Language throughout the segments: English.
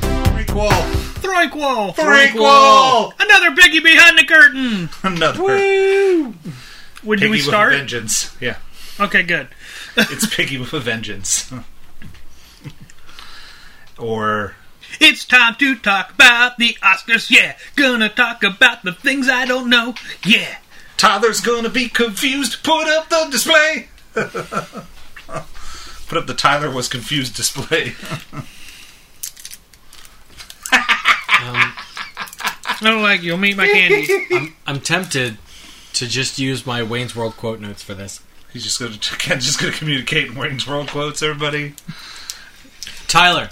Thranquil. Thranquil. Thranquil. Another piggy behind the curtain. Another. Woo. When do Piggy we with a start? vengeance. Yeah. Okay, good. It's Piggy with a vengeance. or It's time to talk about the Oscars. Yeah, gonna talk about the things I don't know. Yeah. Tyler's gonna be confused. Put up the display. Put up the Tyler was confused display. I don't like you. I'll meet my candy. I'm, I'm tempted to just use my Wayne's World quote notes for this. He's just gonna Ken's just gonna communicate in Wayne's World quotes. Everybody. Tyler,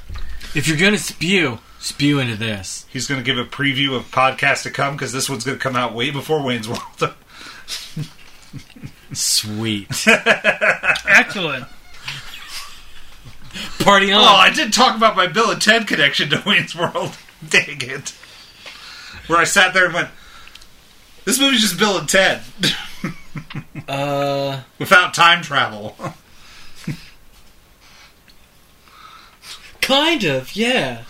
if you're gonna spew, spew into this. He's gonna give a preview of podcast to come because this one's gonna come out way before Wayne's World. Sweet. Excellent. Party on. Oh, I did talk about my Bill and Ted connection to Wayne's World. Dang it. Where I sat there and went, this movie's just Bill and Ted Uh, without time travel. kind of, yeah.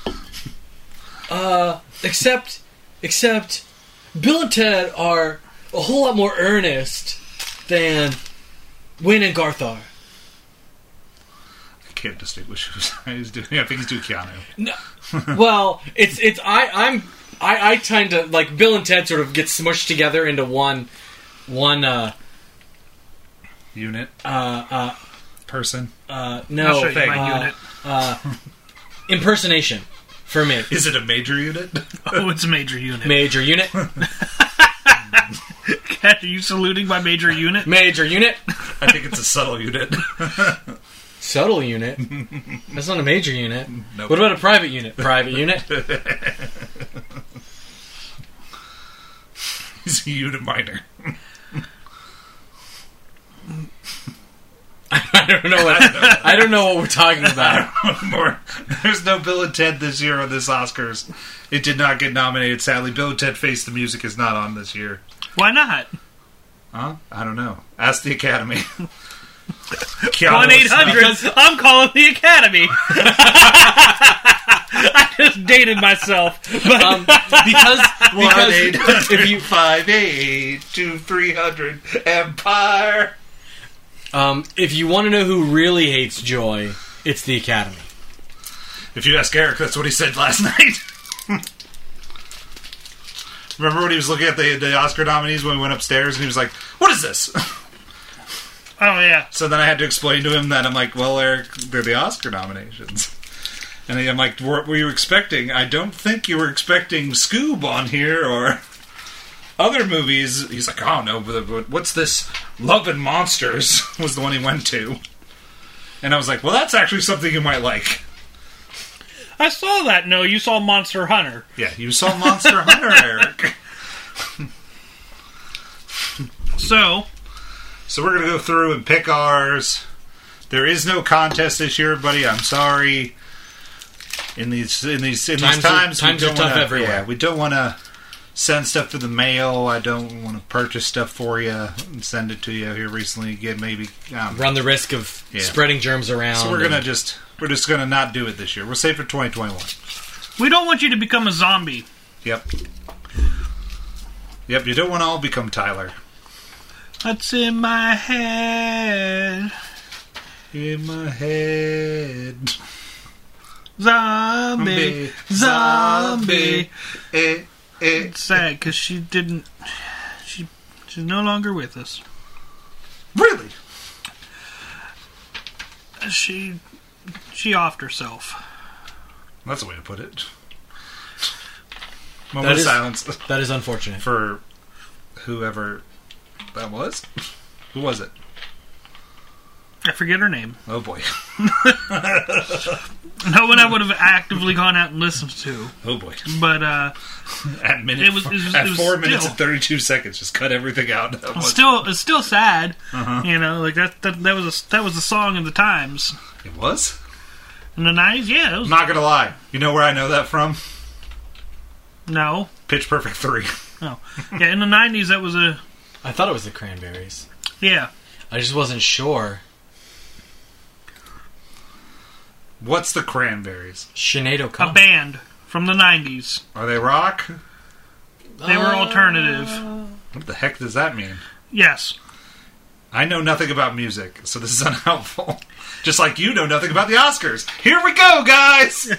Uh, except, except, Bill and Ted are a whole lot more earnest than Wayne and Garth are. I can't distinguish who's he's doing. I think he's doing Keanu. No. well, it's it's I I'm I I tend to like Bill and Ted sort of get smushed together into one one uh Unit. uh uh Person. uh no Oh, I'll show you my uh, unit. impersonation for me Is it a major unit? Oh, it's a major unit. major unit Cat, are you saluting my major unit? major unit I think it's a subtle unit. subtle unit that's not a major unit Nope. what about a private unit private unit He's a unit minor. I don't know what I don't know what we're talking about More. There's no Bill and Ted this year on this Oscars. It did not get nominated, sadly. Bill and Ted Face the Music is not on this year. Why not? Huh? I don't know. Ask the Academy. One eight hundred. Because- I'm calling the academy. I just dated myself. But Uh, um, because One because eight if hundred you five eight two three hundred Empire. um, if you want to know who really hates joy it's the academy If you ask Eric, that's what he said last night. Remember when he was looking at the, the Oscar nominees when we went upstairs and he was like, What is this? oh yeah, So then I had to explain to him that I'm like, Well, Eric, they're the Oscar nominations. And I'm like, What were you expecting? I don't think you were expecting Scoob on here or other movies. He's like, Oh no, but but what's this? Love and Monsters was the one he went to. And I was like, Well, that's actually something you might like. I saw that. No, you saw Monster Hunter. Yeah, you saw Monster Hunter, Eric. So So we're gonna go through and pick ours. There is no contest this year, buddy. I'm sorry. In these in these in Times these are- times, times we are don't tough wanna, everywhere. yeah, we don't want to send stuff to the mail. I don't want to purchase stuff for you and send it to you here recently again. Maybe um, run the risk of Yeah. spreading germs around. so we're gonna and- just we're just gonna not do it this year. We'll save for 2021. we don't want you to become a zombie. Yep. Yep. You don't want to all become Tyler. That's in my head. In my head. Zombie, zombie. Eh, eh. It's sad because she didn't. She she's no longer with us. Really? She she offed herself. That's a way to put it. Moment That of is- silence that is unfortunate. for whoever that was. Who was it? I forget her name. Oh boy. No one I would have actively gone out and listened to, Oh boy. but uh, At minute, It was- it was- at it was four minutes still- and thirty-two seconds, just cut everything out. That it's was- still it's still sad. You know, like that, that that was a that was a song of the times it was. in the nineties. Yeah, it was, I'm not gonna lie. You know where I know that from? no, Pitch Perfect Three. no, Oh. yeah, in the nineties that was a I thought it was the cranberries. yeah. I just wasn't sure. What's the Cranberries? Sinead a Oh. O'Connor. band from the 90s. Are they rock? They were alternative. What the heck does that mean? Yes. I know nothing about music, so this is unhelpful. Just like you know nothing about the Oscars. Here we go, guys.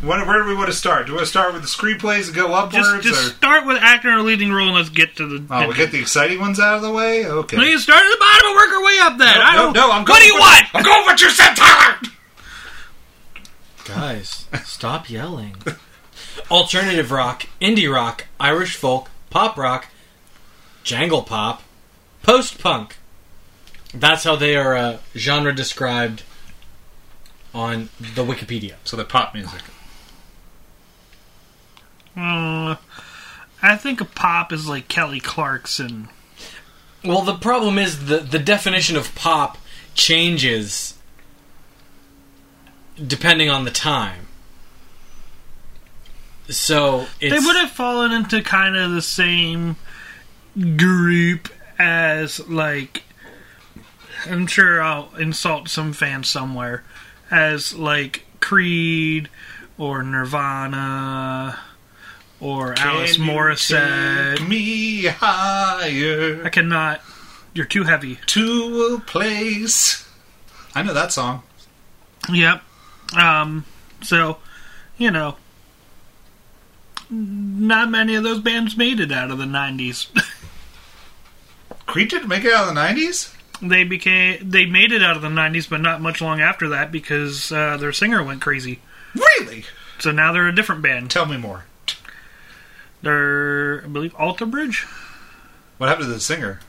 When, where do we want to start? Do we want to start with the screenplays and go upwards? Just, just or, start with actor in a leading role and let's get to the. oh, we get the exciting ones out of the way. Okay. We can start at the bottom and work our way up then. No, I no, don't, no, I'm What going do you for- want? I'm going with you said, Tyler. Guys, stop yelling. Alternative rock, indie rock, Irish folk, pop rock, jangle pop, post punk. That's how they are uh, genre described on the Wikipedia. So they're pop music. Uh, I think a pop is like Kelly Clarkson. Well, the problem is the the definition of pop changes depending on the time. So it's, they would have fallen into kind of the same group as like I'm sure I'll insult some fans somewhere as like Creed or Nirvana or Alice Can you Morissette. Take me higher I cannot. You're too heavy. to a place. I know that song. Yep. Um, so, you know, not many of those bands made it out of the '90s. Creed didn't make it out of the nineties. they became they made it out of the '90s, but not much long after that because uh, their singer went crazy. Really? So now they're a different band. Tell me more. They're, I believe, Alter Bridge. What happened to the singer?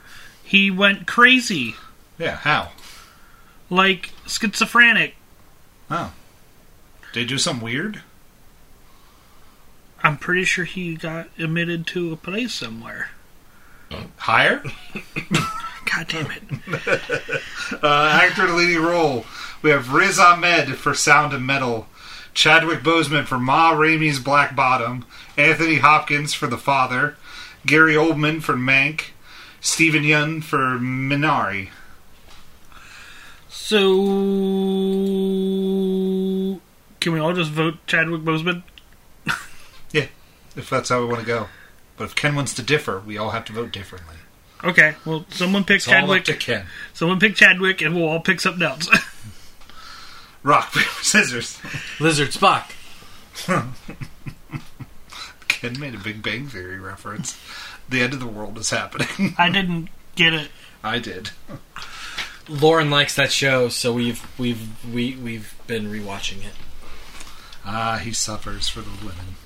He went crazy, Yeah. How? like schizophrenic. Oh. Did they do something weird? I'm pretty sure he got admitted to a place somewhere. Higher? God damn it! Uh, actor in a leading role. We have Riz Ahmed for Sound and Metal, Chadwick Boseman for Ma Rainey's Black Bottom, Anthony Hopkins for The Father, Gary Oldman for Mank, Stephen Yun for Minari. So, can we all just vote Chadwick Boseman? Yeah, if that's how we want to go. But if Ken wants to differ, we all have to vote differently. Okay, well, someone pick It's all up Chadwick. to Ken. someone pick Chadwick, and we'll all pick something else. Rock, paper, scissors. Lizard Spock. Ken made a Big Bang Theory reference. The end of the world is happening. I didn't get it. I did. Lauren likes that show, so we've we've we we've been rewatching it. Ah, he suffers for the women.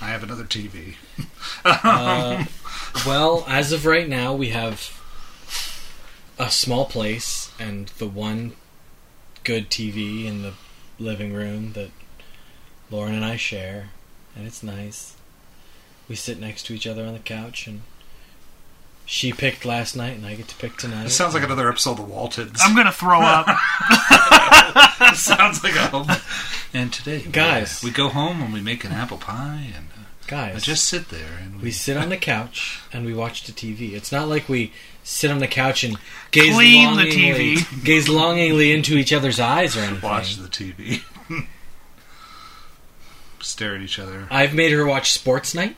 I have another TV. Well, as of right now, we have a small place and the one good TV in the living room that Lauren and I share, and it's nice. We sit next to each other on the couch, and she picked last night, and I get to pick tonight. This sounds like another episode of The Waltons. I'm gonna throw up. sounds like a home. And today, Guys. we go home and we make an apple pie, and uh, guys. I just sit there and We we. sit on the couch and we watch the TV. It's not like we sit on the couch and gaze Clean the longingly, TV. gaze longingly into each other's eyes or anything. Watch the TV. Stare at each other. I've made her watch Sports Night.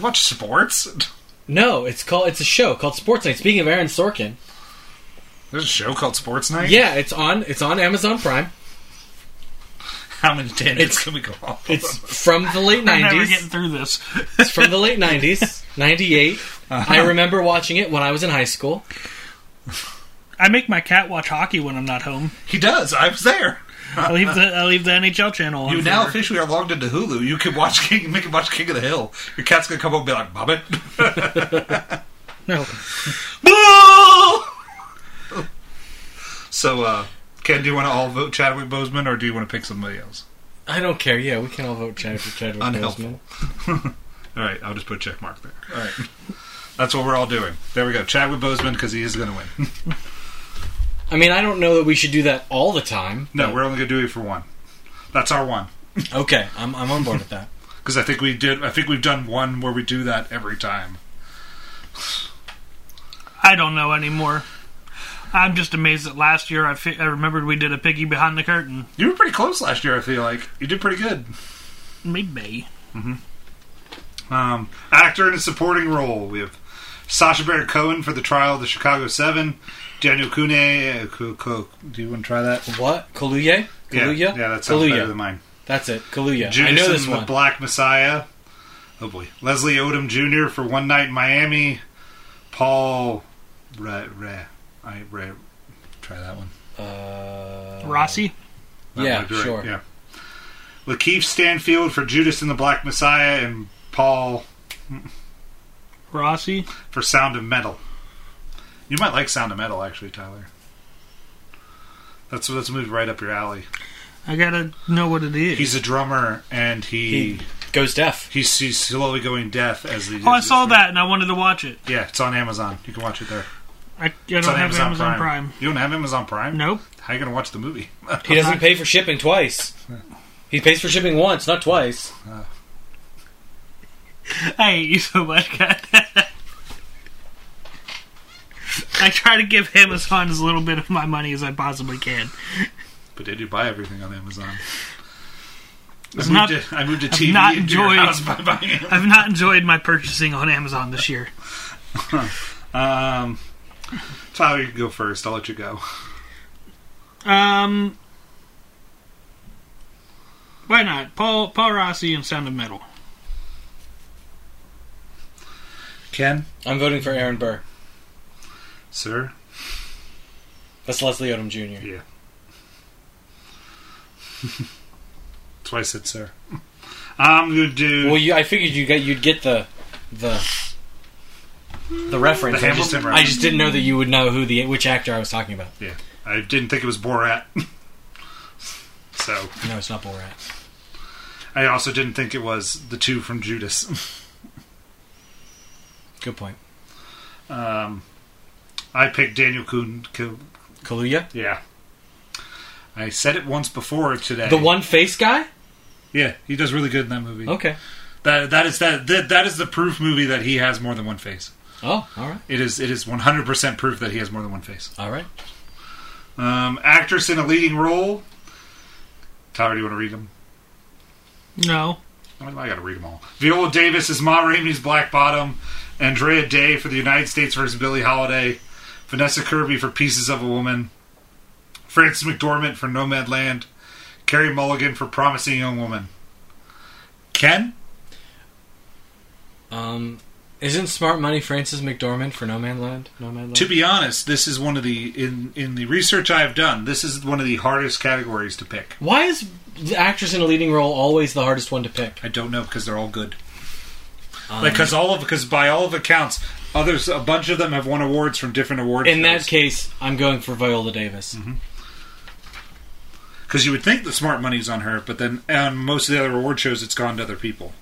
Watch sports. No, it's called it's a show called Sports Night. Speaking of Aaron Sorkin, There's a show called Sports Night. yeah, it's on it's on Amazon Prime. How many tangents It's- can we go off? It's from the late I'm never getting nineties. through this. It's from the late nineties, ninety eight. I remember watching it when I was in high school. I make my cat watch hockey when I'm not home. He does. I was there. I leave the I leave the NHL channel on. You for now her. officially are logged into Hulu. You can watch King. Make can watch King of the Hill. Your cat's gonna come up and be like, "Bobbit." no. so, uh, Ken, do you want to all vote Chadwick Boseman, or do you want to pick somebody else? I don't care. Yeah, we can all vote Chad for Chadwick Boseman. Unhelpful. All right, I'll just put a check mark there. All right. That's what we're all doing. There we go. Chadwick Boseman because he is going to win. I mean, I don't know that we should do that all the time. No, we're only going to do it for one. That's our one Okay, I'm I'm on board with that. because I think we did. I think we've done one where we do that every time. I don't know anymore. I'm just amazed that last year I, fi- I remembered we did a piggy behind the curtain. You were pretty close last year. I feel like you did pretty good. Maybe. Um, actor in a supporting role. We have Sasha Baron Cohen for the trial of the Chicago Seven. Daniel Kune. Uh, Ku- Ku- do you want to try that? What? Kaluuya? Kaluuya? Yeah, yeah, that sounds Kaluuya. better than mine. That's it. Kaluuya. Judas I know this and one. the Black Messiah. Oh boy, Leslie Odom Jr. for One Night in Miami. Paul. Re, Re, I Re, try that one. uh, Rossi? That Yeah, might be right, sure. Yeah. Lakeith Stanfield for Judas and the Black Messiah, and Paul Rossi? for Sound of Metal. You might like Sound of Metal, actually, Tyler. That's that's a movie right up your alley. I gotta know what it is. He's a drummer, and he, He goes deaf. he's, he's slowly going deaf as the. oh, I saw that and I wanted to watch it. Yeah, it's on Amazon. You can watch it there. I, I don't It's have on Amazon, Amazon, Prime. You don't have Amazon Prime? Nope. How you gonna watch the movie? He doesn't pay for shipping twice. He pays for shipping once, not twice. I hate you so much, God. I try to give Amazon as little bit of my money as I possibly can. but did you buy everything on Amazon? I It's moved, not- a, I moved a TV not into your enjoyed- house by buying it. I've not enjoyed my purchasing on Amazon this year. Um, Tyler, you can go first. I'll let you go. Um, why not? Paul Paul Rossi and Sound of Metal. Ken, I'm voting for Aaron Burr. sir, That's Leslie Odom Jr. Yeah. Twice it, sir. I'm gonna do Well, you, I figured you got, you'd get the the the reference. The I, just, Hamilton I just didn't know that you would know who the which actor I was talking about. Yeah, I didn't think it was Borat. so No, it's not Borat. I also didn't think it was the two from Judas. Good point. Um, I picked Daniel Kuhn. Kuhn- Kaluuya, Yeah. I said it once before today. the one face guy. yeah, he does really good in that movie. Okay. That that is that, that that is the proof movie that he has more than one face. Oh, all right, It is it is one hundred percent proof that he has more than one face. all right. Um, actress in a leading role. Tyler, do you want to read them? No, I got to read them all. Viola Davis is Ma Rainey's Black Bottom. Andrea Day for the United States versus Billie Holiday. Vanessa Kirby for Pieces of a Woman. Frances McDormand for Nomadland. Carrie Mulligan for Promising Young Woman. Ken? Um, isn't Smart Money Francis McDormand for No Man Land? No Man Land. To be honest, this is one of the in in the research I've done. This is one of the hardest categories to pick. Why is the actress in a leading role always the hardest one to pick? I don't know because they're all good. Um, Because all of because by all of accounts, others a bunch of them have won awards from different awards. in that case, I'm going for Viola Davis. Mm-hmm. because you would think the smart money's on her, but then on most of the other award shows, it's gone to other people.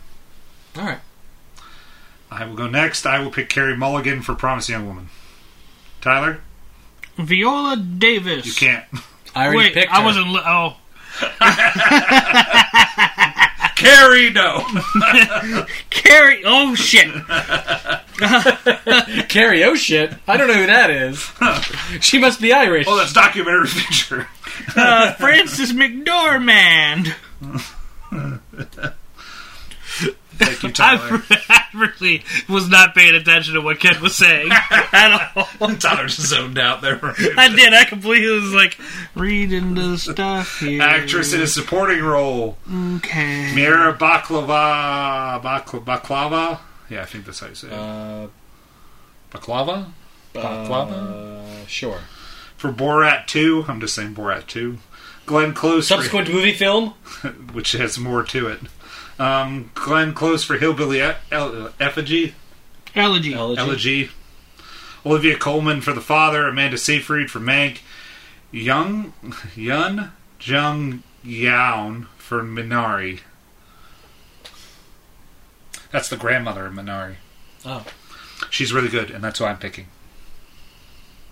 All right. I will go next. I will pick Carrie Mulligan for Promising Young Woman. Tyler, Viola Davis. you can't. I already Wait, picked. I her. wasn't. Li- oh, Carrie, no. Carrie. Oh shit. Carrie. Oh shit! I don't know who that is. she must be Irish. well, Oh, that's documentary feature. Uh, Francis McDormand. Thank you, I, Tyler. I really was not paying attention to what Ken was saying at all. Tyler just zoned out there. I did. I completely was like reading the stuff here. Actress in a supporting role. Okay. Mira Baklava. Bakla, baklava? Yeah, I think that's how you say it. Uh, baklava? Baklava? uh, sure. for Borat 2. I'm just saying Borat 2. Glenn Close, for, Subsequent movie film. which has more to it. Um, Glenn Close for Hillbilly E- El- Effigy, Elegy. Elegy. Elegy. Olivia Coleman for The Father, Amanda Seyfried for Mank, Young, Yun, Jung Yaun for Minari. That's the grandmother of Minari. Oh, She's really good, and that's who I'm picking.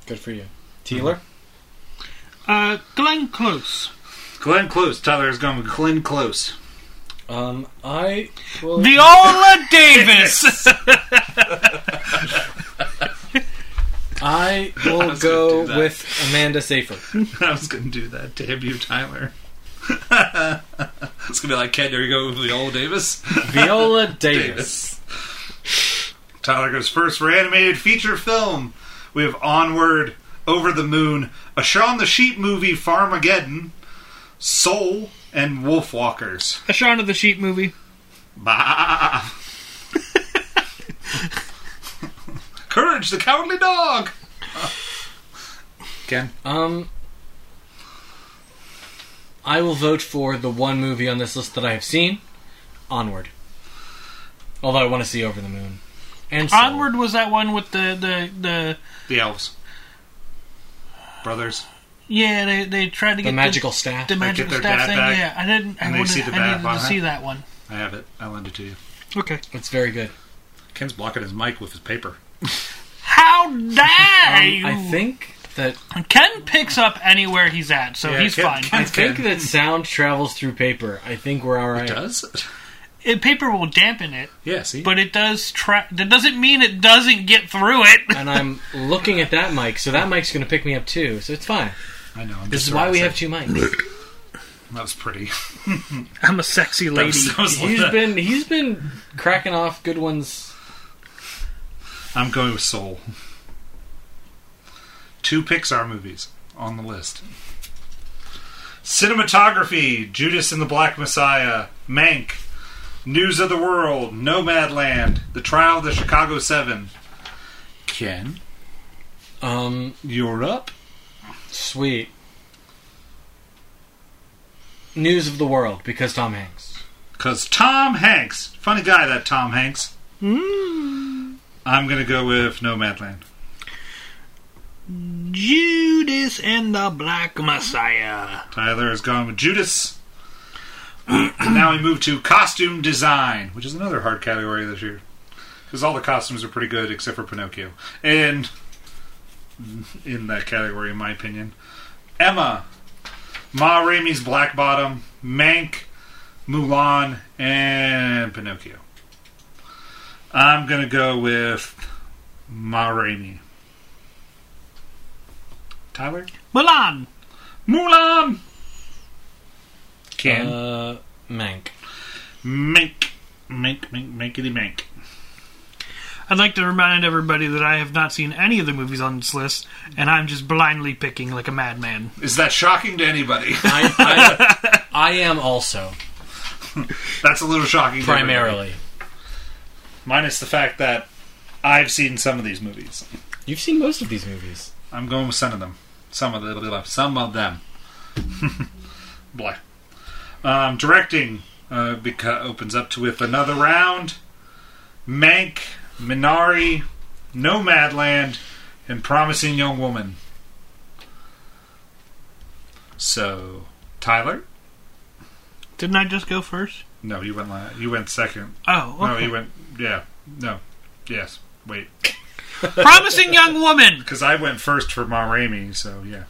good for you. Teeler. Mm-hmm. Uh, Glenn Close. Glenn Close. Tyler is going with Glenn Close. Um, I will. Viola Davis. I will was gonna go do that. with Amanda Seyfried. I was going to do that. Damn you, Tyler. it's going to be like, Ken, there you go with Viola Davis. Viola Davis. Davis. Tyler goes first for animated feature film. We have Onward, Over the Moon, a Shaun the Sheep movie, Farmageddon, Soul, and Wolf Walkers. A Shaun of the Sheep movie. Bah. Courage the Cowardly Dog. Ken. Um, I will vote for the one movie on this list that I have seen, Onward. Although I want to see Over the Moon. And Soul. Onward was that one with the the, the The Elves. Brothers. yeah they, they tried to the get magical staff. the, magical their staff dad thing. back, yeah, I didn't. I, and they wanted, see the I bad needed to behind. see that one. I have it. I lend it to you. Okay. It's very good. Ken's blocking his mic with his paper. How dare Um, you? I think that Ken picks up anywhere he's at, so Yeah, he's Ken- fine. Ken- I think Ken. that sound travels through paper. I think we're all right. Does? It, paper will dampen it, Yeah, see? but it does tra- That doesn't mean it doesn't get through it. And I'm looking at that mic, so that mic's going to pick me up too. So it's fine. I know. I'm This just is why we trying have to two mics. say- That was pretty. I'm a sexy That lady. was- that was- He's been he's been cracking off good ones. I'm going with Soul. Two Pixar movies on the list. Cinematography: Judas and the Black Messiah, Mank, News of the World, Nomadland, The Trial of the Chicago Seven. Ken, Um, you're up. Sweet. News of the world because Tom Hanks. Because Tom Hanks, funny guy that Tom Hanks. I'm gonna go with Nomadland. Judas and the Black Messiah. Tyler has gone with Judas. now we move to costume design, which is another hard category this year. Because all the costumes are pretty good except for Pinocchio. And in that category, in my opinion. Emma, Ma Rainey's Black Bottom, Mank, Mulan, and Pinocchio. I'm going to go with Ma Rainey. Tyler? Milan. Mulan! Ken. Uh, Mank. Mink. Mink, mink, minkity mink. I'd like to remind everybody that I have not seen any of the movies on this list, and I'm just blindly picking like a madman. Is that shocking to anybody? I, I, I am also That's a little shocking to everybody. primarily. Minus the fact that I've seen some of these movies. You've seen most of these movies. I'm going with some of them. Some of them. Some of them. Blah. Um, directing uh, beca- opens up to with another round. Mank, Minari, Nomadland, and Promising Young Woman. So, Tyler? Didn't I just go first? No, you went. La- you went second. Oh, No, okay. you went. Yeah. No. Yes. Wait. Promising Young Woman. Because I went first for Ma Rainey, so yeah.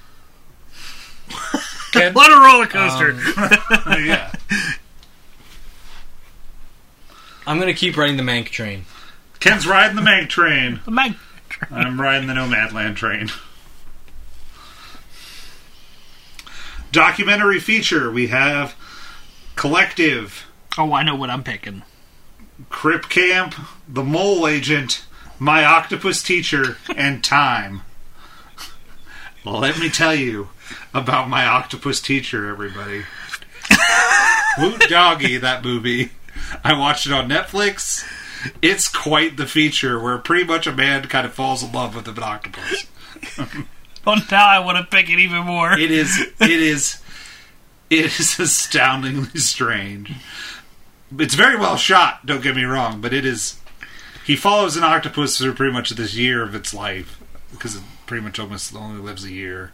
Ken? What a roller Um, coaster. yeah. I'm going to keep riding the Mank train. Ken's riding the Mank train. Mag- I'm riding the Nomadland train. Documentary feature. We have Collective, oh, I know what I'm picking. Crip Camp, The Mole Agent, My Octopus Teacher, and Time. Let me tell you about My Octopus Teacher, everybody. Woot doggy, that movie. I watched it on Netflix. It's quite the feature where pretty much a man kind of falls in love with an octopus. Well, now I want to pick it even more. It is. It is. It is astoundingly strange. It's very well shot. Don't get me wrong, but it is. He follows an octopus through pretty much this year of its life because it pretty much almost only lives a year,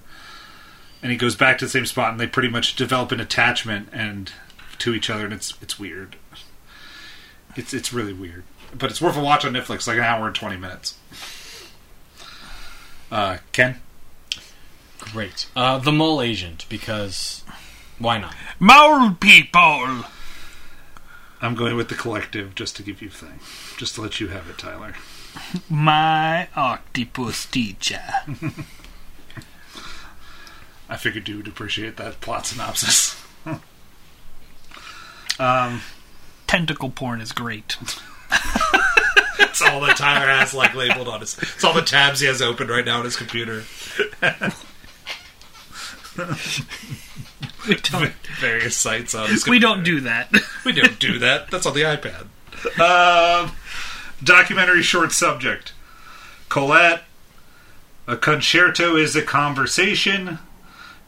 and he goes back to the same spot, and they pretty much develop an attachment and to each other, and it's it's weird. It's it's really weird, but it's worth a watch on Netflix. Like an hour and twenty minutes. Uh, Ken. Great. Uh, the Mole Agent because why not? Mole people. I'm going with the collective just to give you a thing. Just to let you have it, Tyler. My octopus teacher. I figured you would appreciate that plot synopsis. um, Tentacle porn is great. it's all that Tyler has like labeled on his. It's all the tabs he has open right now on his computer. We don't, Various sites on his. we don't computer. do that. We don't do that. That's on the iPad. Um, documentary short subject. Colette. A concerto is a conversation.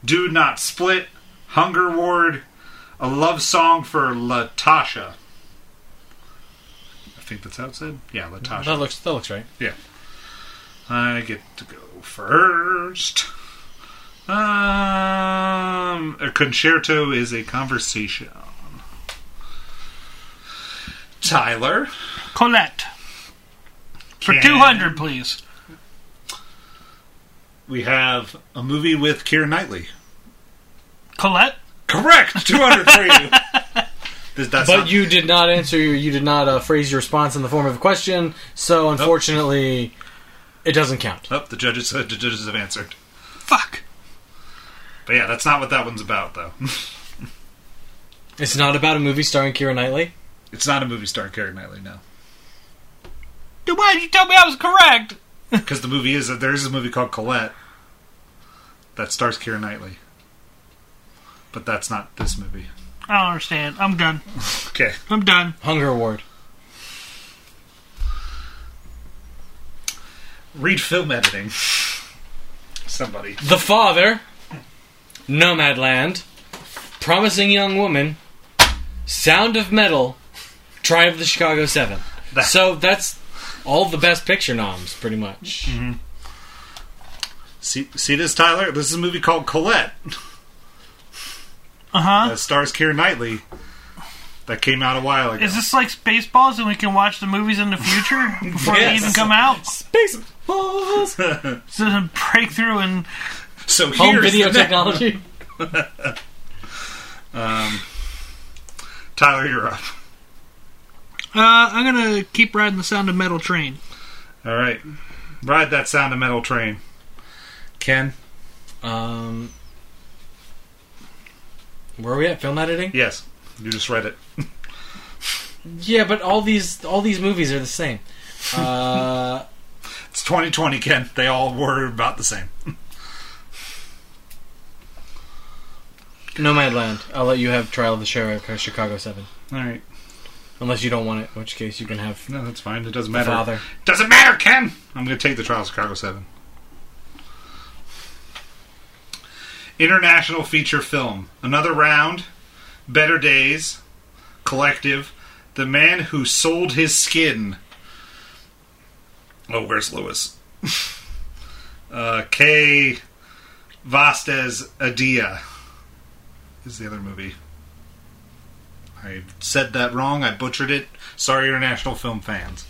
Do not split. Hunger ward. A love song for Latasha. I think that's how it said. Yeah, Latasha. That looks that looks right. I get to go first. Um, a concerto is a conversation. Tyler, Colette. For Can- 200, please. we have a movie with Keira Knightley. Colette? Correct, two hundred for you. This- that's But not- you did not answer. your- You did not uh, phrase your response in the form of a question. So unfortunately, it doesn't count. oh, the judges the judges have answered. Fuck. But yeah, that's not what that one's about, though. It's not about a movie starring Keira Knightley. It's not a movie starring Keira Knightley, no, Dude, why did you tell me I was correct? because the movie is there is a movie called Colette that stars Keira Knightley, but that's not this movie. I don't understand. I'm done. Okay. I'm done. Hunger Award. Read film editing. Somebody. The Father. Nomadland. Promising Young Woman. Sound of Metal. Tribe of the Chicago Seven. So that's all the best picture noms, pretty much. See, see this, Tyler? This is a movie called Colette Uh huh. that stars Keira Knightley that came out a while ago. Is this like Spaceballs and we can watch the movies in the future before they Yes. even come out? Spaceballs. This is a breakthrough in so Home here's video the thing. technology. Tyler, you're up. Uh, I'm gonna keep riding the sound of metal train. All right. Ride that sound of metal train. Ken? Um, where are we at? Film editing? Yes. You just read it. Yeah, but all these all these movies are the same. Uh, It's 2020, Ken. They all were about the same. Nomadland. I'll let you have Trial of the Chicago Chicago Seven, All right. unless you don't want it, in which case you can have No, that's fine. It doesn't the matter. Father. Doesn't matter, Ken. I'm going to take the Trial of Chicago 7. International feature film. Another round. Better Days. Collective. The Man Who Sold His Skin. Oh, where's Lewis? uh, K. Vasquez Adia is the other movie. I said that wrong. I butchered it. Sorry, international film fans.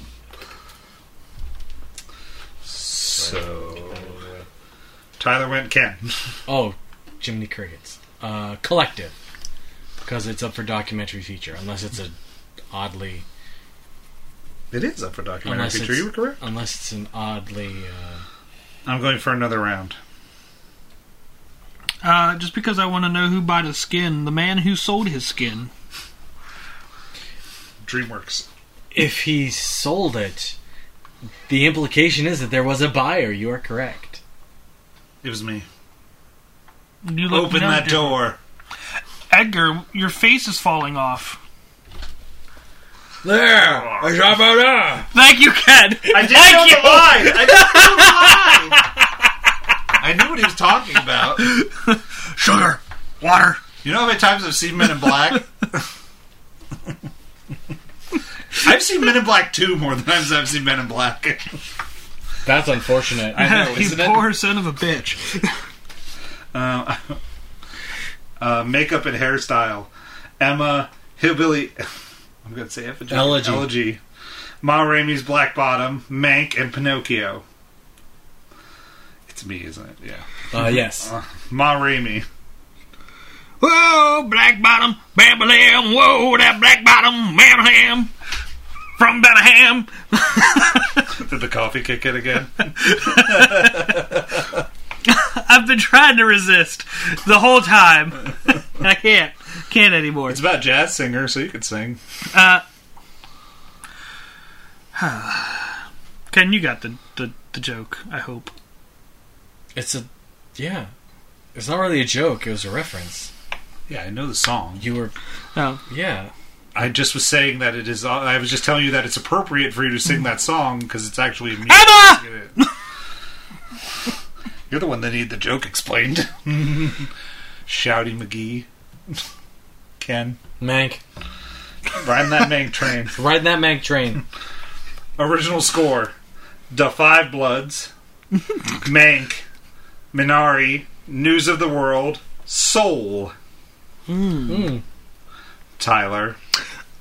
So Tyler went Ken. Oh, Jiminy Crickets. Uh, collective, because it's up for documentary feature, unless it's a oddly It is up for documentary Unless feature. it's- You were correct. unless it's an oddly uh, I'm going for another round. Uh, just because I want to know who bought his skin, the man who sold his skin. DreamWorks. if he sold it. The implication is that there was a buyer. You are correct. It was me. You look Open that noted. door. Edgar. Your face is falling off. There, I Thank you, Ken. I didn't know Thank you. the line. I didn't know the line. I knew what he was talking about. Sugar, water. You know how many times I've seen Men in Black? I've seen Men in Black 2 more than times I've seen Men in Black. That's unfortunate. I know, you isn't it? poor son of a bitch. uh, uh, makeup and hairstyle. Emma Hillbilly. I'm going to say effigy. Elegy. Elegy. Ma Rainey's Black Bottom, Mank, and Pinocchio. It's me, isn't it? Yeah. Uh, yes. Ma Rainey. Whoa, black bottom, Bambalham. Whoa, that black bottom, Bambalham. From Benham. Did the coffee kick in again? I've been trying to resist the whole time. I can't. Can't anymore. It's about jazz singer, so you could sing. Uh, Ken, you got the, the, the joke, I hope. It's a. Yeah. It's not really a joke, it was a reference. Yeah, I know the song. You were. Oh. Yeah. I just was saying that it is. I was just telling you that it's appropriate for you to sing that song because it's actually. Emma! You're the one that needed the joke explained. Shouty McGee. Ken. Mank. Rhyme that Mang train. Riding that Mank train. Original score The Five Bloods, Mank, Minari, News of the World, Soul. Mm. Tyler.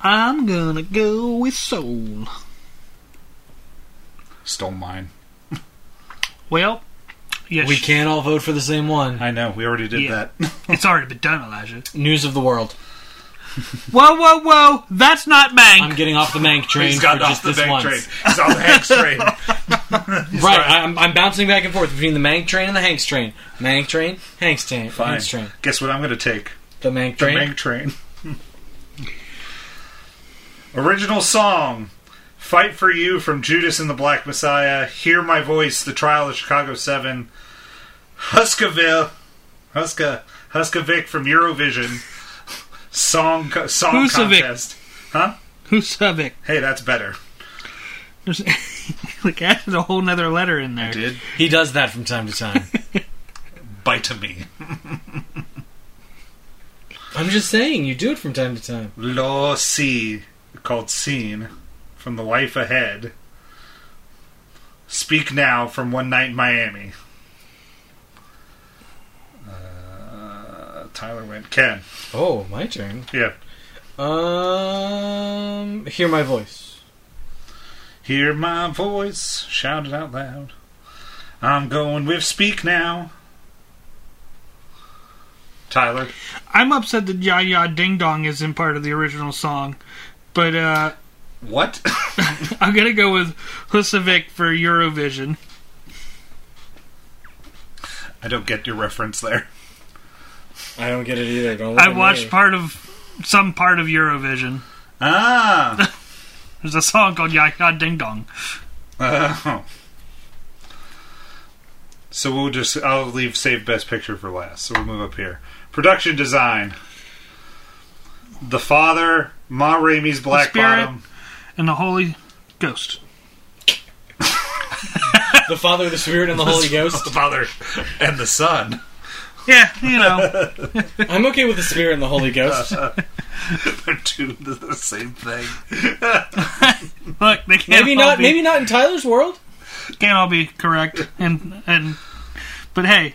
I'm gonna go with soul. Stole mine. Well, yes, We can't all vote for the same one. I know, we already did Yeah. that. it's already been done, Elijah. News of the world. Whoa, whoa, whoa! That's not bank. I'm getting off the Mank train He's for gotten just off the this Mank once. train. He's on the Hank's train. Right, I'm, I'm bouncing back and forth between the Mank train and the Hanks train. Mank train, Hanks train, Fine. Hanks train, Guess what I'm going to take? the Mank The train. Mank train. Original song. Fight for You from Judas and the Black Messiah. Hear My Voice, The Trial of Chicago 7. Huskaville. Huska. Huskovic from Eurovision. Song co- song Huskovic. contest. Who's Husavik? Hey, that's better. There's like added a whole nother letter in there. Did He does that from time to time. bite to me. I'm just saying, you do it from time to time. Law C called Scene from The Life Ahead. Speak Now from One Night in Miami. Uh, Tyler went Ken. Oh, my turn. Yeah. Um, hear my voice. Hear my voice, shout it out loud. I'm going with Speak Now. Tyler. I'm upset that Ya Ya Ding Dong isn't part of the original song, but uh, What? I'm gonna go with Husavik for Eurovision. I don't get your reference there. I don't get it either. Don't look I at watched me. part of some part of Eurovision. Ah! There's a song called Ya Ya Ding Dong. Oh. So we'll just I'll leave save best picture for last. So we'll move up here. Production design. The Father, Ma Rainey's Black Spirit. Bottom. And the Holy Ghost. the Father, the Spirit, and the Holy Ghost. Father and the Son. Yeah, you know. I'm okay with the Spirit and the Holy Ghost. They're two the same thing. Look, they can't Maybe all not. be, Maybe not in Tyler's world. can't all be correct and and but hey.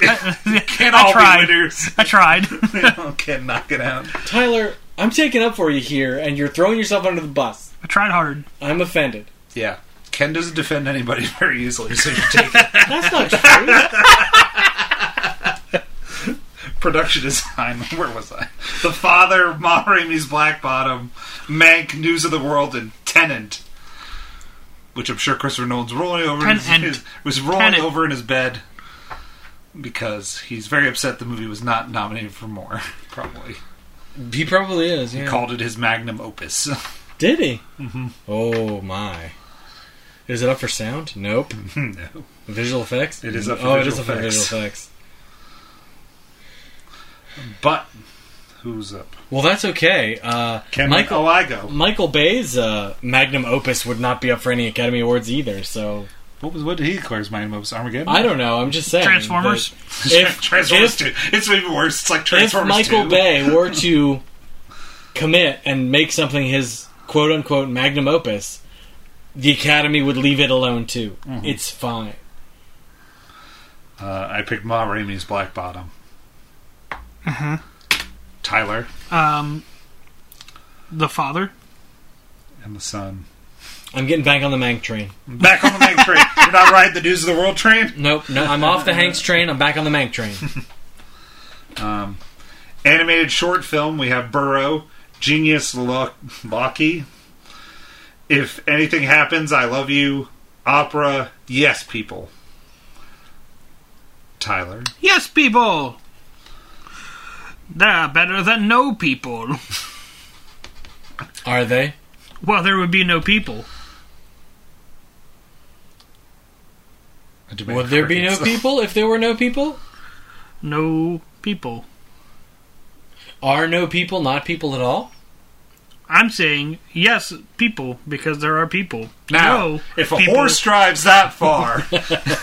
I, Can't I all tried. be winners. I tried. They all Can knock it out. Tyler, I'm taking up for you here, and you're throwing yourself under the bus. I tried hard. I'm offended. Yeah. Ken doesn't defend anybody very easily, so you take it. That's not true. production design. Where was I? The Father, Ma Rainey's Black Bottom, Mank, News of the World, and Tenant. Whiwhich I'm sure Christopher Nolan's rolling over in his- Tenant. his- was rolling Tenant. over in his bed because he's very upset the movie was not nominated for more. Probably he probably is. Yeah. called it his magnum opus. Did he? Oh my! Is it up for sound? Nope. no. Visual effects? It is up for oh, it visual is up for effects. visual effects. But who's up? Well, that's okay. Uh, Ken Michael Oh, I go. Michael Bay's uh, magnum opus would not be up for any Academy Awards either. So What was what did he declare his magnum opus? Armageddon. I don't know. I'm just saying. Transformers? that If Transformers if- Two. It's even worse. It's like if Transformers Michael Two. Bay were to commit and make something his quote unquote magnum opus, the Academy would leave it alone too. Mm-hmm. It's fine. Uh, I picked Ma Rainey's Black Bottom. Mm-hmm. Tyler Um the father. and the Sun. I'm getting back on the Mank train. Back on the main train. You're not riding the News of the World train. Nope, no, I'm off the Hanks train. I'm back on the Mank train. Um, animated short film. We have Burrow, Genius Lo- Locky, if anything happens, I love you. Opera, yes, people. Tyler, Yes, people! They're better than no people. Are they? Well, there would be no people. I do make Would there be no crickets. people if there were no people? No people. Are no people not people at all? I'm saying yes, people, because there are people. Now, no, if a people- horse drives that far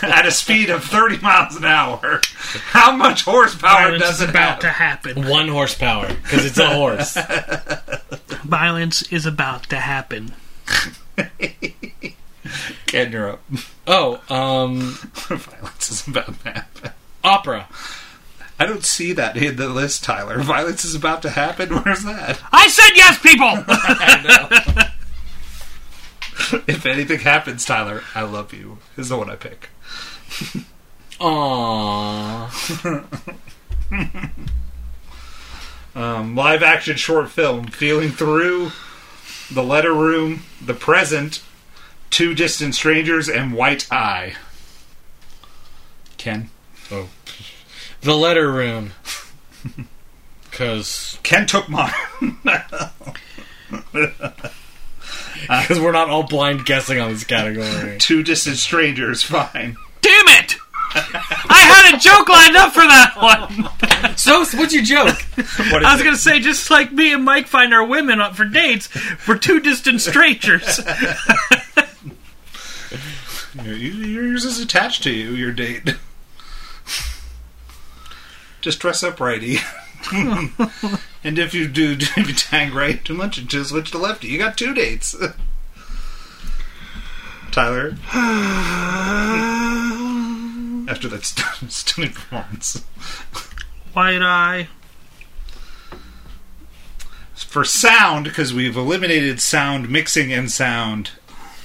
at a speed of 30 miles an hour, how much horsepower violence does is it about to have? happen. One horsepower, because it's a horse. Violence is about to happen. Ken, you're up. oh, um, Violence is about to happen. opera. I don't see that in the list, Tyler. Violence is about to happen. Where's that? I said yes, people! If anything happens, Tyler, I love you. Is the one I pick. Aww. Um, live action short film Feeling Through, The Letter Room, The Present, Two Distant Strangers, and White Eye. Ken? Oh. The letter room. Because Ken took mine. because we're not all blind guessing on this category. Two Distant Strangers, fine. Damn it! I had a joke lined up for that one! so, so what's your joke? What is I was it? gonna say, just like me and Mike find our women up for dates, we're two distant strangers. Your- Yours is attached to you, your date. Just dress up righty. and if you do, if you tag right too much, just switch to lefty. You got two dates. Tyler. After that stun- stunning performance. White eye. For sound, because we've eliminated sound mixing and sound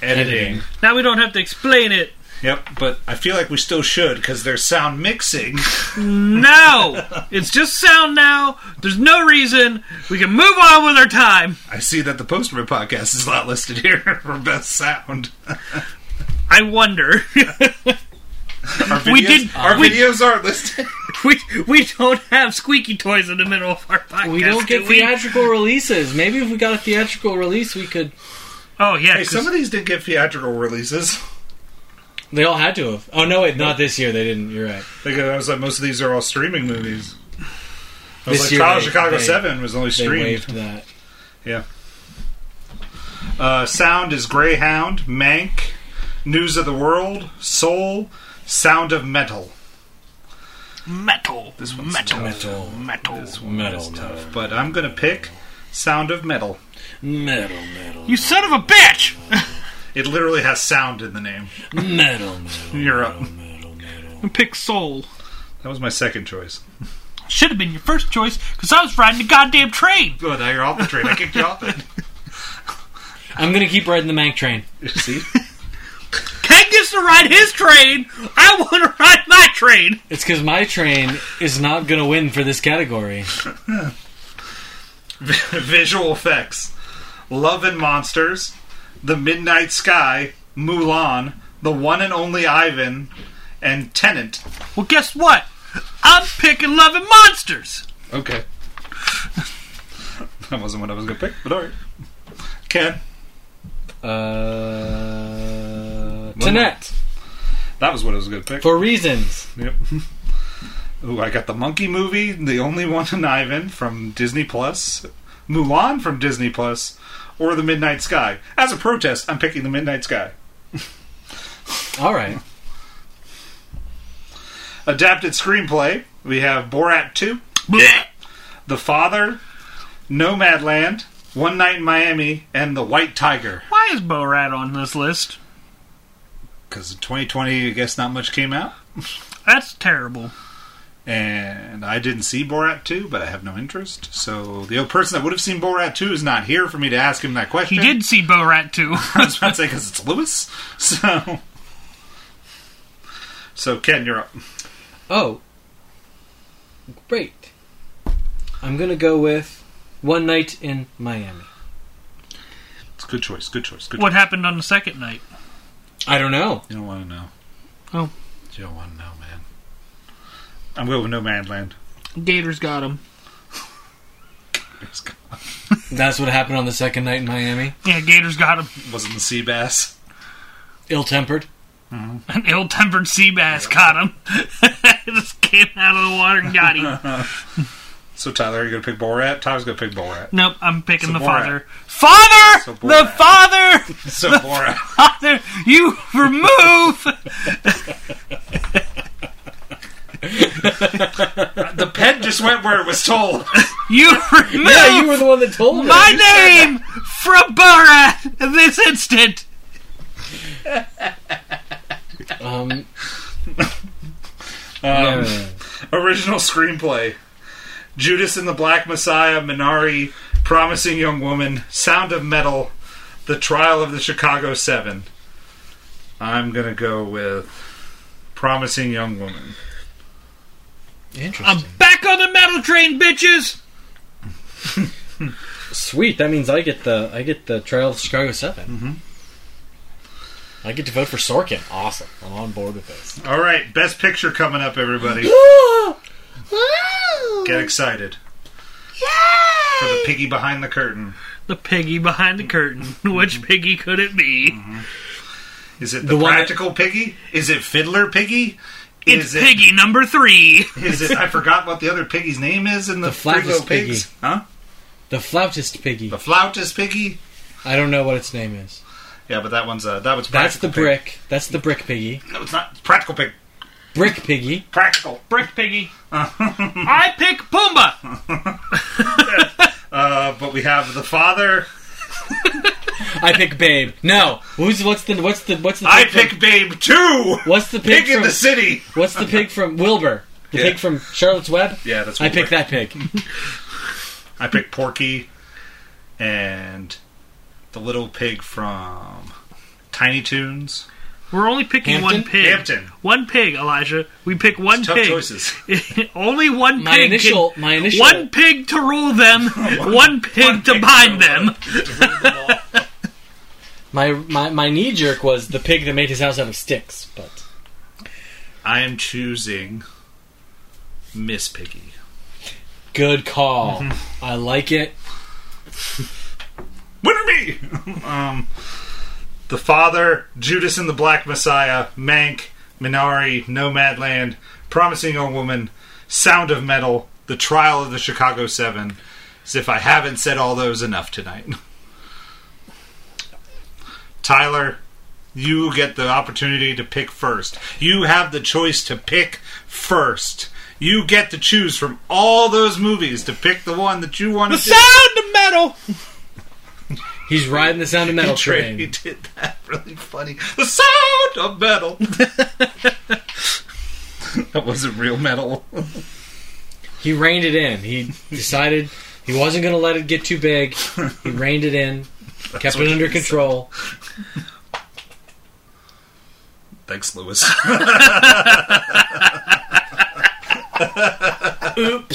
editing. Editing. Now we don't have to explain it. Yep, but I feel like we still should, because there's sound mixing. No! It's just sound now. There's no reason. We can move on with our time. I see that the Postman podcast is not listed here for best sound. I wonder. Our videos, We did- Our we- videos aren't listed. we we don't have squeaky toys in the middle of our podcast. We don't do get we? theatrical releases. Maybe if we got a theatrical release, we could. Oh yeah, hey, 'cause some of these did get theatrical releases. They all had to have. Oh no, wait, not this year. They didn't. You're right. Because I was like, most of these are all streaming movies. I was This like, year Trial of they- Chicago they- Seven was only They streamed. waived that. Yeah. Uh, sound is Greyhound, Mank, News of the World, Soul, Sound of Metal. metal. This one's metal. Metal. Metal. Metal, Tough, metal, but I'm gonna pick Sound of Metal. metal, metal, You son of a bitch! It literally has sound in the name. metal, metal. You're up. metal, metal, metal. Pick soul. That was my second choice. Should have been your first choice because I was riding the goddamn train. Good, now you're off the train. I kicked you off it. I'm gonna keep riding the Mank train. See? Ken gets to ride his train. I want to ride my train. It's because my train is not gonna win for this category. Visual effects. Love and Monsters, The Midnight Sky, Mulan, The One and Only Ivan, and Tenant. Well, guess what? I'm picking loving monsters. Okay. that wasn't what I was going to pick, but alright. Ken, Uh, Tenet that was what I was going to pick. for reasons. Yep. Ooh, I got the Monkey movie, The Only One and Ivan from Disney Plus, Mulan from Disney Plus, or The Midnight Sky. As a protest, I'm picking The Midnight Sky. All right. Adapted screenplay, we have Borat 2, Blech. The Father, Nomadland, One Night in Miami, and The White Tiger. Why is Borat on this list? Because in 2020, I guess not much came out. That's terrible. And I didn't see Borat 2, but I have no interest. So the old person that would have seen Borat 2 is not here for me to ask him that He question. did see Borat too. I was about to say because it's Lewis. So, so Ken, you're up. Oh, great. I'm gonna go with One Night in Miami. It's Good choice. Good choice. Good. What happened on the second night? I don't know. choice. You don't want to know. Oh. You don't want to know, man. I'm going with No Man Land. Gators got him. That's what happened on the second night in Miami. Yeah, Gators got him. Wasn't the sea bass? Ill-tempered. An ill-tempered sea bass caught him. Just came out of the water and got him. So Tyler, you're gonna pick Borat. Tyler's gonna pick Borat. Nope, I'm picking So the Borat. father. Father, So Borat. the father, So Borat. father. You remove. The pen just went where it was told. You remove. Yeah, you were the one that told me. my name from Borat this instant. Um, Um, Original screenplay: Judas and the Black Messiah, Minari, Promising Young Woman, Sound of Metal, The Trial of the Chicago Seven. I'm gonna go with Promising Young Woman. I'm interesting. back on the metal train, bitches. Sweet. That means I get the I get the Trial of Chicago 7 Mm-hmm. I get to vote for Sorkin. Awesome. I'm on board with this. All right, best picture coming up, everybody. Get excited for the piggy behind the curtain. The piggy behind the curtain. Which piggy could it be? Is it The the, one that- practical piggy? Is it Fiddler Piggy? It's Is it- piggy number three. Is it? I forgot what the other piggy's name is in the, The Three flautist Little Pigs. piggy. Huh? The flautist piggy. The flautist piggy. I don't know what its name is. Yeah, but that one's uh, that was That's the practical pig. brick. That's the brick piggy. No, it's not it's practical pig. Brick piggy. Practical. Brick piggy. I pick Pumbaa. Uh, but we have the father. I pick Babe. No. Who's what's the what's the what's the I pig from- pick Babe too. what's the pig, Pig in from, the city. what's the pig from Wilbur? The Yeah. pig from Charlotte's Web. Yeah, that's. I Wilbur. pick that pig. I pick Porky, and the little pig from Tiny Toons. We're only picking Hampton? one pig. Hampton. One pig, Elijah. We pick one Tough pig. choices. Only one My pig. initial- can- my initial- One pig to rule them. one, pig to pig bind to them. My my my knee jerk was the pig that made his house out of sticks, but I am choosing Miss Piggy. good call. I like it. Winner me! um, the Father, Judas and the Black Messiah, Mank, Minari, Nomadland, Promising Young Woman, Sound of Metal, The Trial of the Chicago Seven. As if I haven't said all those enough tonight. Tyler, you get the opportunity to pick first. You have the choice to pick first. You get to choose from all those movies to pick the one that you want to do. Sound of metal. He's riding the sound of metal Trey, train. He did that really funny. The sound of metal. that wasn't real metal. He reined it in. He decided he wasn't going to let it get too big. He reined it in, kept what it under he control. Thanks, Lewis. Oops. the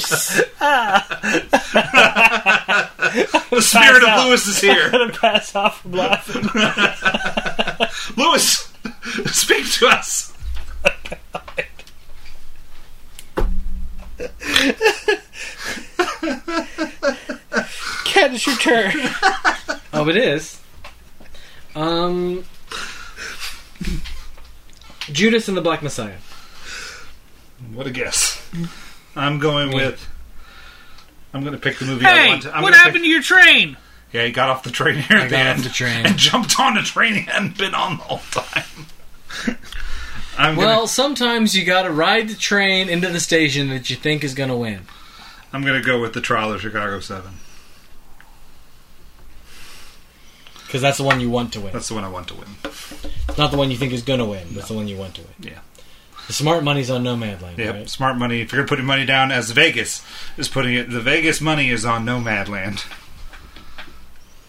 spirit of out. Lewis is here. gonna pass off from laughing. Lewis, speak to us. Cat, it's your turn. Oh, it is. Um, Judas and the Black Messiah. What a guess. I'm going with. I'm going to pick the movie I Hey, want. to- I'm what gonna happened to your train? Pick, yeah, he got off the train here at I the got end off the train. and jumped on a train he hadn't been on the whole time. I'm gonna- Well, sometimes you got to ride the train into the station that you think is going to win. I'm going to go with the Trial of Chicago Seven. Because that's the one you want to win. That's the one I want to win. It's not the one you think is going to win. That's the one you want to win. Yeah. The smart money's on Nomadland, Yep, right? smart money. If you're putting money down, as Vegas is putting it, the Vegas money is on Nomadland.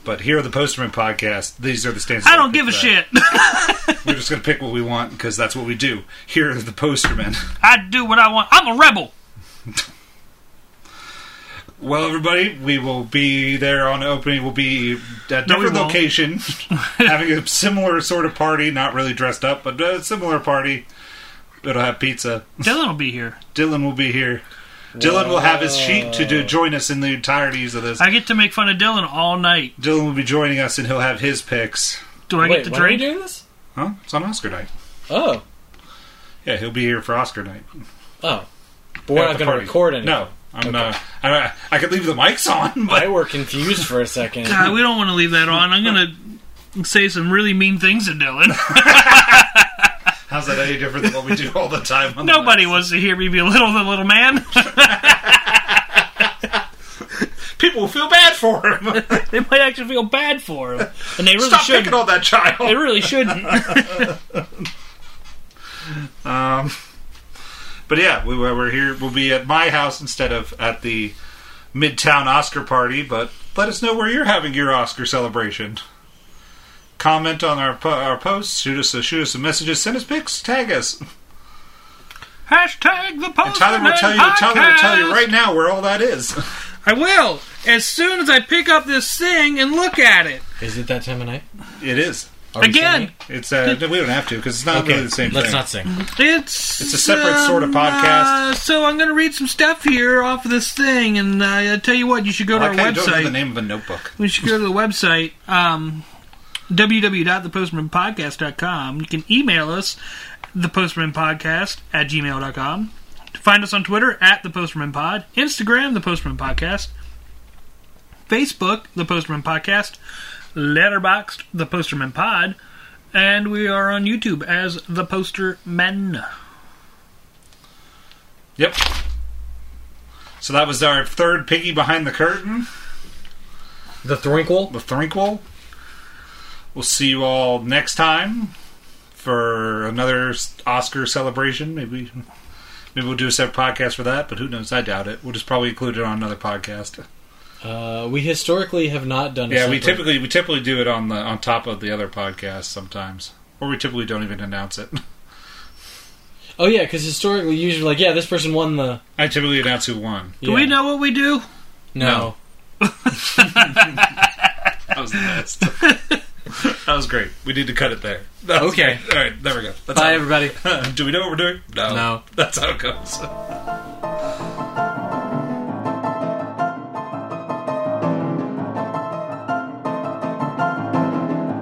But here are the Posterman podcast. These are the stances. I we don't pick give a for shit. that. We're just going to pick what we want because that's what we do. Here are the Posterman. I do what I want. I'm a rebel. Well, everybody, we will be there on opening. We'll be at No, we different won't. location, having a similar sort of party. Not really dressed up, but a similar party. It'll have pizza. Dylan will be here. Dylan will be here. Dylan will have his sheet to do, join us in the entireties of this. I get to make fun of Dylan all night. Dylan will be joining us, and he'll have his picks. Do I Wait, get to when are we drink? doing this? Huh? It's on Oscar night. Oh, Yeah, he'll be here for Oscar night. oh, but we're At not the going to party. record anything. No, I'm Okay. not. I, I could leave the mics on, but I were confused for a second. God, we don't want to leave that on. I'm going to say some really mean things to Dylan. how's that any different than what we do all the time? On the Nobody wants to hear me belittle the little man. mics? People will feel bad for him. they might actually feel bad for him, and they really Stop shouldn't. picking on that They child. really shouldn't. Um, but yeah, we, we're here. We'll be at my house instead of at the Midtown Oscar party. But let us know where you're having your Oscar celebration. Comment on our po- our posts. Shoot us a, shoot us some messages. Send us pics. Tag us. Hashtag the post. And Tyler will tell you. Tyler will tell you right now where all that is. I will as soon as I pick up this thing and look at it Is it that time of night? It is. Are we again. singing? It's uh, we don't have to because it's not Okay, really the same let's thing. not sing. It's It's a separate sort of podcast. uh, so I'm going to read some stuff here off of this thing, and uh, I tell you what, you should go to I our kinda don't know the website. name of a notebook. We should go to the website. Um, www.thepostmanpodcast.com. You can email us, thepostmanpodcast at gmail.com. Find us on Twitter at The Postman Pod, Instagram, The Postman Podcast, Facebook, The Postman Podcast, Letterboxd, The Posterman Pod, and we are on YouTube as The Poster Men. Yep. So that was our third piggy behind the curtain, The Thrinkle. the Thrinkle. We'll see you all next time for another s- Oscar celebration. Maybe, maybe we'll do a separate podcast for that, but who knows? I doubt it. We'll just probably include it on another podcast. Uh, we historically have not done. a Yeah, we separate- typically we typically do it on the on top of the other podcast sometimes, or we typically don't even announce it. Oh yeah, because historically, usually like yeah, this person won the. I typically announce who won. Do yeah. we know what we do? No. That was the best. that was great. We need to cut it there. That was Okay. great. All right, there we go. That's Bye how- everybody. Do we know what we're doing? No. That's how it goes.